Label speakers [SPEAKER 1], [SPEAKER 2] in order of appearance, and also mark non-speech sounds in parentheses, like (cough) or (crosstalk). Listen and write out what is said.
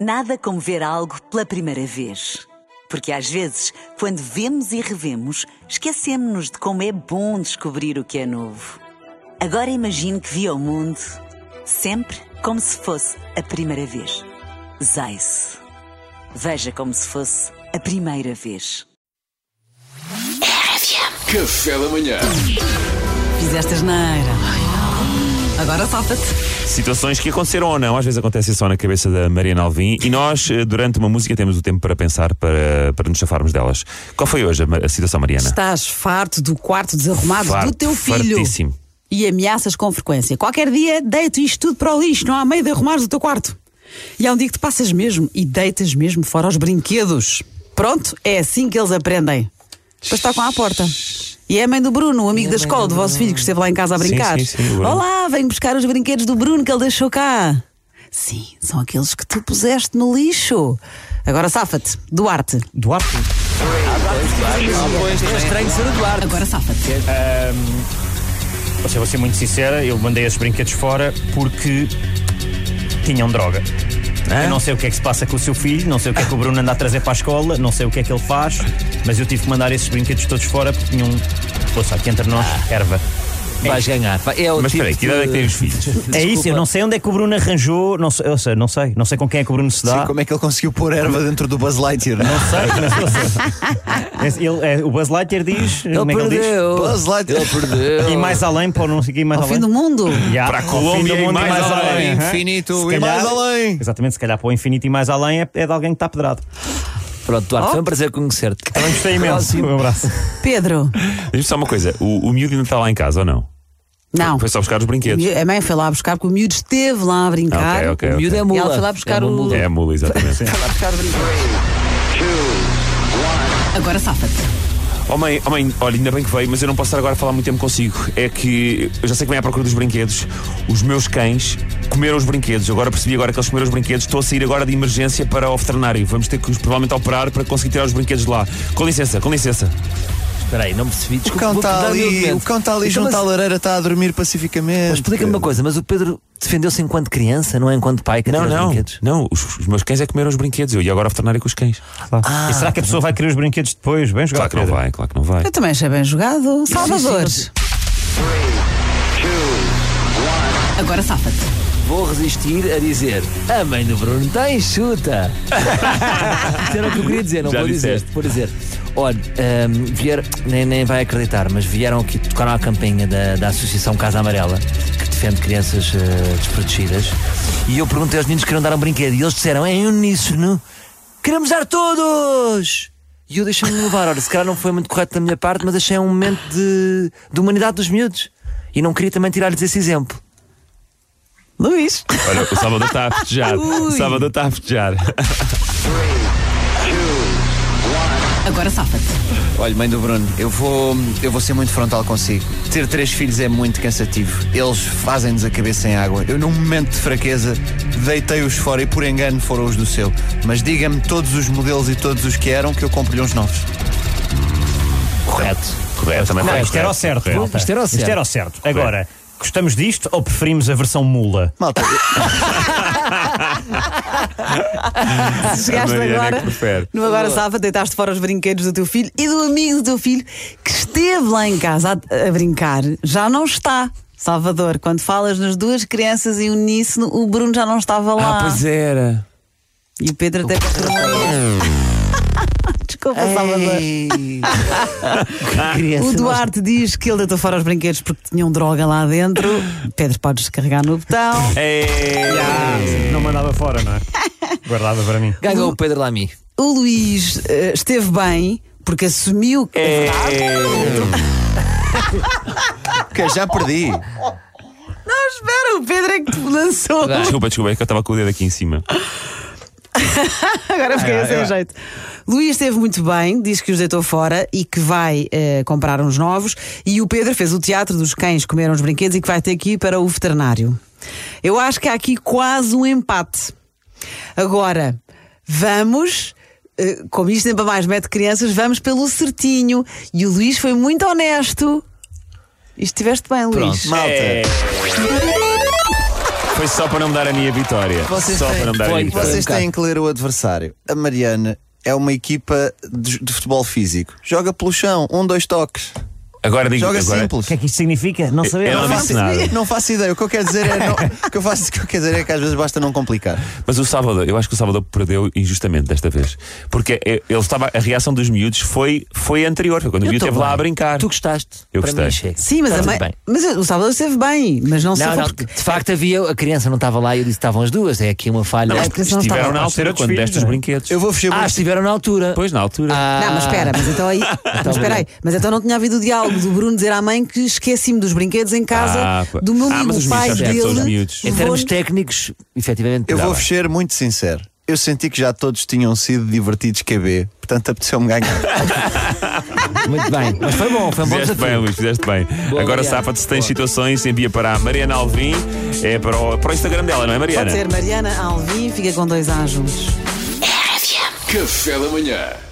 [SPEAKER 1] Nada como ver algo pela primeira vez. Porque às vezes, quando vemos e revemos, esquecemos-nos de como é bom descobrir o que é novo. Agora imagine que viu o mundo sempre como se fosse a primeira vez. Zais. Veja como se fosse a primeira vez.
[SPEAKER 2] Café da manhã.
[SPEAKER 3] Fizeste asneira. Agora salta-te.
[SPEAKER 4] Situações que aconteceram ou não, às vezes acontecem só na cabeça da Mariana Alvim e nós, eh, durante uma música, temos o tempo para pensar, para, para nos chafarmos delas. Qual foi hoje a, ma- a situação, Mariana?
[SPEAKER 3] Estás farto do quarto desarrumado
[SPEAKER 4] Farto,
[SPEAKER 3] do teu filho.
[SPEAKER 4] fartíssimo.
[SPEAKER 3] E ameaças com frequência. Qualquer dia deito isto tudo para o lixo, não há meio de arrumares o teu quarto. E há um dia que te passas mesmo e deitas mesmo fora os brinquedos. Pronto, é assim que eles aprendem. Depois tocam à porta. E é a mãe do Bruno, o amigo da escola do vosso filho que esteve lá em casa a brincar.
[SPEAKER 4] sim, sim, o Bruno.
[SPEAKER 3] Olá, venho buscar os brinquedos do Bruno que ele deixou cá. Sim, são aqueles que tu puseste no lixo. Agora safa-te, Duarte.
[SPEAKER 5] Duarte.
[SPEAKER 3] Agora safa-te.
[SPEAKER 5] Ou seja, vou ser muito sincera, eu mandei esses brinquedos fora porque tinham droga. Eu não sei o que é que se passa com o seu filho, não sei o que é que o Bruno anda a trazer para a escola, não sei o que é que ele faz, mas eu tive que mandar esses brinquedos todos fora porque tinham, poxa, aqui entre nós, erva.
[SPEAKER 6] Vais ganhar. Vai- É o
[SPEAKER 4] Mas
[SPEAKER 6] tipo
[SPEAKER 4] espera aí, que idade é que têm os filhos?
[SPEAKER 6] (laughs)
[SPEAKER 5] É isso, eu não sei onde é que o Bruno arranjou, não sei, eu sei, não sei, não sei com quem é que o Bruno se dá.
[SPEAKER 7] Sim, como é que ele conseguiu pôr erva dentro do Buzz Lightyear?
[SPEAKER 5] Não sei, mas eu sei. Ele- é, o Buzz Lightyear diz, como é que ele diz?
[SPEAKER 6] perdeu.
[SPEAKER 7] Buzz Lightyear.
[SPEAKER 6] Ele perdeu.
[SPEAKER 5] E mais além, para o não sei o que, e mais
[SPEAKER 3] Ao
[SPEAKER 5] além.
[SPEAKER 3] fim do mundo.
[SPEAKER 5] Tá Yeah,
[SPEAKER 4] Para a
[SPEAKER 5] ao fim
[SPEAKER 4] Colômbia
[SPEAKER 5] do
[SPEAKER 4] e
[SPEAKER 5] mundo
[SPEAKER 4] mais além,
[SPEAKER 5] aham.
[SPEAKER 7] infinito
[SPEAKER 5] Se
[SPEAKER 7] e mais além.
[SPEAKER 5] Exatamente, se calhar para o infinito e mais além é, é de alguém que está pedrado.
[SPEAKER 6] Pronto, Duarte, foi um prazer conhecer-te.
[SPEAKER 5] Também gostei imenso. Um abraço.
[SPEAKER 3] Pedro.
[SPEAKER 4] Diz-me só uma coisa: o, o miúdo ainda está lá em casa ou não?
[SPEAKER 3] Não.
[SPEAKER 4] Foi só buscar os
[SPEAKER 3] O
[SPEAKER 4] brinquedos.
[SPEAKER 3] miú- A mãe foi lá buscar porque o miúdo esteve lá a
[SPEAKER 4] Ah,
[SPEAKER 3] brincar.
[SPEAKER 4] ok, ok.
[SPEAKER 6] O miúdo é
[SPEAKER 4] ok.
[SPEAKER 6] mula.
[SPEAKER 3] E ela foi lá buscar
[SPEAKER 6] é uma
[SPEAKER 3] o-
[SPEAKER 6] mula.
[SPEAKER 4] É a mula, exatamente.
[SPEAKER 3] Agora safa-te.
[SPEAKER 4] Oh mãe, oh mãe, olha, ainda bem que veio, mas eu não posso estar agora a falar muito tempo consigo. É que eu já sei que vem à procura dos brinquedos. Os meus cães comeram os brinquedos. Eu Agora percebi agora que eles comeram os brinquedos. Estou a sair agora de emergência para o veterinário. Vamos ter que os provavelmente operar para conseguir tirar os brinquedos de lá. Com licença, com licença.
[SPEAKER 6] Espera aí, não percebi.
[SPEAKER 7] O
[SPEAKER 6] Desculpa,
[SPEAKER 7] cão
[SPEAKER 6] vou
[SPEAKER 7] está
[SPEAKER 6] mudar o meu
[SPEAKER 7] ali,
[SPEAKER 6] argumento.
[SPEAKER 7] o cão está ali
[SPEAKER 6] Então,
[SPEAKER 7] junto à
[SPEAKER 6] mas-
[SPEAKER 7] lareira, está a dormir pacificamente.
[SPEAKER 6] mas Explica-me uma coisa, mas o Pedro defendeu-se enquanto criança, não é enquanto pai que
[SPEAKER 4] Não,
[SPEAKER 6] atira os
[SPEAKER 4] não.
[SPEAKER 6] brinquedos?
[SPEAKER 4] Não, os, os meus cães é que comeram os brinquedos. Eu ia agora ao veterinário com os cães.
[SPEAKER 5] e será que a pessoa vai querer os brinquedos depois? Bem jogado.
[SPEAKER 4] Tá. Claro que não
[SPEAKER 5] Pedro.
[SPEAKER 4] vai, claro que não vai.
[SPEAKER 3] Eu também achei bem jogado. Salvador. Agora safa-te.
[SPEAKER 6] Vou resistir a dizer: A mãe do Bruno
[SPEAKER 4] (laughs)
[SPEAKER 6] tem chuta. Isso era o que eu queria dizer, não
[SPEAKER 4] Já
[SPEAKER 6] vou dizer.
[SPEAKER 4] disseste.
[SPEAKER 6] Vou dizer: Olha, hum, vier- nem, nem vai acreditar, mas vieram aqui, tocaram a campainha da, da Associação Casa Amarela, que defende crianças eh, desprotegidas. E eu perguntei aos meninos que queriam dar um brinquedo. E eles disseram: Em uníssono, queremos dar todos! E eu deixei-me levar. Olha, se calhar não foi muito correto da minha parte, mas achei um momento de, de humanidade dos miúdos. E não queria também tirar-lhes esse exemplo.
[SPEAKER 3] Luís.
[SPEAKER 4] Olha, o Salvador está a
[SPEAKER 5] (laughs)
[SPEAKER 4] festejar. O Salvador está a festejar.
[SPEAKER 3] Agora safa-te.
[SPEAKER 7] Olha, mãe do Bruno, eu vou, eu vou ser muito frontal consigo. Ter três filhos é muito cansativo. Eles fazem-nos a cabeça em água. Eu, num momento de fraqueza, deitei-os fora e, por engano, foram os do seu. Mas diga-me todos os modelos e todos os que eram que eu compro-lhe uns novos.
[SPEAKER 6] Correto.
[SPEAKER 4] Correto, também
[SPEAKER 5] Não,
[SPEAKER 4] foi
[SPEAKER 5] isto era o certo.
[SPEAKER 4] correto.
[SPEAKER 5] malta.
[SPEAKER 6] Isto era o certo.
[SPEAKER 5] certo. Agora, gostamos disto ou preferimos a versão mula?
[SPEAKER 7] Malta,
[SPEAKER 3] Ah, Chegaste
[SPEAKER 4] A Mariana é
[SPEAKER 3] agora.
[SPEAKER 4] que prefere.
[SPEAKER 3] No Agora safa-te, deitaste fora os brinquedos do teu filho e do amigo do teu filho que esteve lá em casa a, a brincar. Já não está. Salvador, quando falas nas duas crianças em uníssono, o Bruno já não estava lá.
[SPEAKER 4] Ah, é. era.
[SPEAKER 3] E o Pedro até (laughs) Desculpa, Salvador.
[SPEAKER 6] É.
[SPEAKER 3] O Duarte diz que ele deitou fora os brinquedos porque tinham droga lá dentro. Pedro, podes carregar no botão.
[SPEAKER 5] Não mandava fora, (laughs) não é? Guardava para mim.
[SPEAKER 3] Hum.
[SPEAKER 6] Ganhou o Pedro Lamy.
[SPEAKER 3] O Luís eh, esteve bem porque assumiu que. É verdade.
[SPEAKER 7] que eu já perdi.
[SPEAKER 3] Não, espera, o Pedro é que te lançou.
[SPEAKER 4] Desculpa, desculpa, é que eu estava com o dedo aqui em cima.
[SPEAKER 3] Agora
[SPEAKER 6] É,
[SPEAKER 3] fiquei sem jeito. Luís esteve muito bem, diz que os deitou fora e que vai eh, comprar uns novos. E o Pedro fez o teatro dos cães comeram os brinquedos e que vai ter que ir para o veterinário. Eu acho que há aqui quase um empate. Agora, vamos. eh, Como isto sempre mais mete crianças, vamos pelo certinho. E o Luís foi muito É, honesto. E Estiveste bem, Luís.
[SPEAKER 7] Malta.
[SPEAKER 4] Foi só para não me dar a minha vitória.
[SPEAKER 7] Vocês
[SPEAKER 4] só
[SPEAKER 7] têm-
[SPEAKER 4] para não me dar a
[SPEAKER 6] foi-
[SPEAKER 4] minha vitória.
[SPEAKER 7] Vocês têm que ler o adversário. A Mariana é uma equipa de, de futebol físico. Joga pelo chão, um, dois toques.
[SPEAKER 4] Agora digo
[SPEAKER 7] Joga
[SPEAKER 4] agora,
[SPEAKER 7] simples.
[SPEAKER 5] O que é que isto significa? Não sabemos.
[SPEAKER 4] Ela
[SPEAKER 7] Não
[SPEAKER 4] disse
[SPEAKER 7] faço,
[SPEAKER 4] nada.
[SPEAKER 7] não faço ideia. O que eu quero dizer é não- o que eu faço, o que eu quero dizer é que às vezes basta não complicar.
[SPEAKER 4] Mas o Salvador, eu acho que o Salvador perdeu injustamente desta vez. Porque eh, ele estava, a reação dos miúdos foi, foi anterior. Foi quando o
[SPEAKER 6] Eu
[SPEAKER 4] miúdo
[SPEAKER 6] tô
[SPEAKER 4] esteve lá
[SPEAKER 6] bem.
[SPEAKER 4] a brincar.
[SPEAKER 6] Tu gostaste?
[SPEAKER 4] Eu
[SPEAKER 6] Para
[SPEAKER 4] gostei.
[SPEAKER 6] mim chega.
[SPEAKER 3] Sim, mas,
[SPEAKER 6] Está
[SPEAKER 3] a
[SPEAKER 6] tudo
[SPEAKER 3] mãe-
[SPEAKER 6] bem.
[SPEAKER 3] mas o Salvador esteve bem, mas não, se
[SPEAKER 6] Não,
[SPEAKER 3] foi
[SPEAKER 6] não,
[SPEAKER 3] porque-
[SPEAKER 6] de facto havia, a criança não estava lá e eu disse que estavam as duas, é aqui uma falha.
[SPEAKER 4] Não, mas
[SPEAKER 3] É, porque senão
[SPEAKER 4] estiveram
[SPEAKER 3] estava
[SPEAKER 4] na
[SPEAKER 5] à
[SPEAKER 4] altura
[SPEAKER 5] espera dos
[SPEAKER 4] quando
[SPEAKER 5] filhos,
[SPEAKER 4] deste os
[SPEAKER 5] não é?
[SPEAKER 4] brinquedos.
[SPEAKER 7] Eu vou fechar
[SPEAKER 6] ah, estiveram na altura.
[SPEAKER 4] Pois, na altura.
[SPEAKER 6] Ah.
[SPEAKER 3] Não, mas espera, mas então
[SPEAKER 4] (laughs)
[SPEAKER 3] aí. Mas espera aí. Mas então não tinha havido o diálogo do Bruno dizer à mãe que esqueci-me dos brinquedos em casa
[SPEAKER 4] Ah, pá.
[SPEAKER 3] do meu
[SPEAKER 4] Ah,
[SPEAKER 3] amigo,
[SPEAKER 4] mas os
[SPEAKER 3] o pai
[SPEAKER 4] miúdos sabem que são os
[SPEAKER 3] dele.
[SPEAKER 4] miúdos.
[SPEAKER 6] Em termos
[SPEAKER 3] levou-lhe-
[SPEAKER 6] técnicos, efetivamente.
[SPEAKER 7] Eu
[SPEAKER 6] dá
[SPEAKER 7] vou
[SPEAKER 6] Tá bem.
[SPEAKER 7] ser muito sincero. Eu senti que já todos tinham sido divertidos QB, portanto apeteceu-me ganhar.
[SPEAKER 6] Muito bem.
[SPEAKER 7] (laughs)
[SPEAKER 6] Mas foi bom, foi um bom
[SPEAKER 4] Fizeste bem,
[SPEAKER 6] desafio.
[SPEAKER 4] Luís, fizeste bem.
[SPEAKER 6] Boa,
[SPEAKER 4] Agora
[SPEAKER 6] Mariana.
[SPEAKER 4] safa-te se tens situações, envia para a Mariana Alvim, é para o, para o Instagram dela, não é, Mariana?
[SPEAKER 3] Pode ser Mariana Alvim, fica com dois anjos.
[SPEAKER 2] Café da manhã.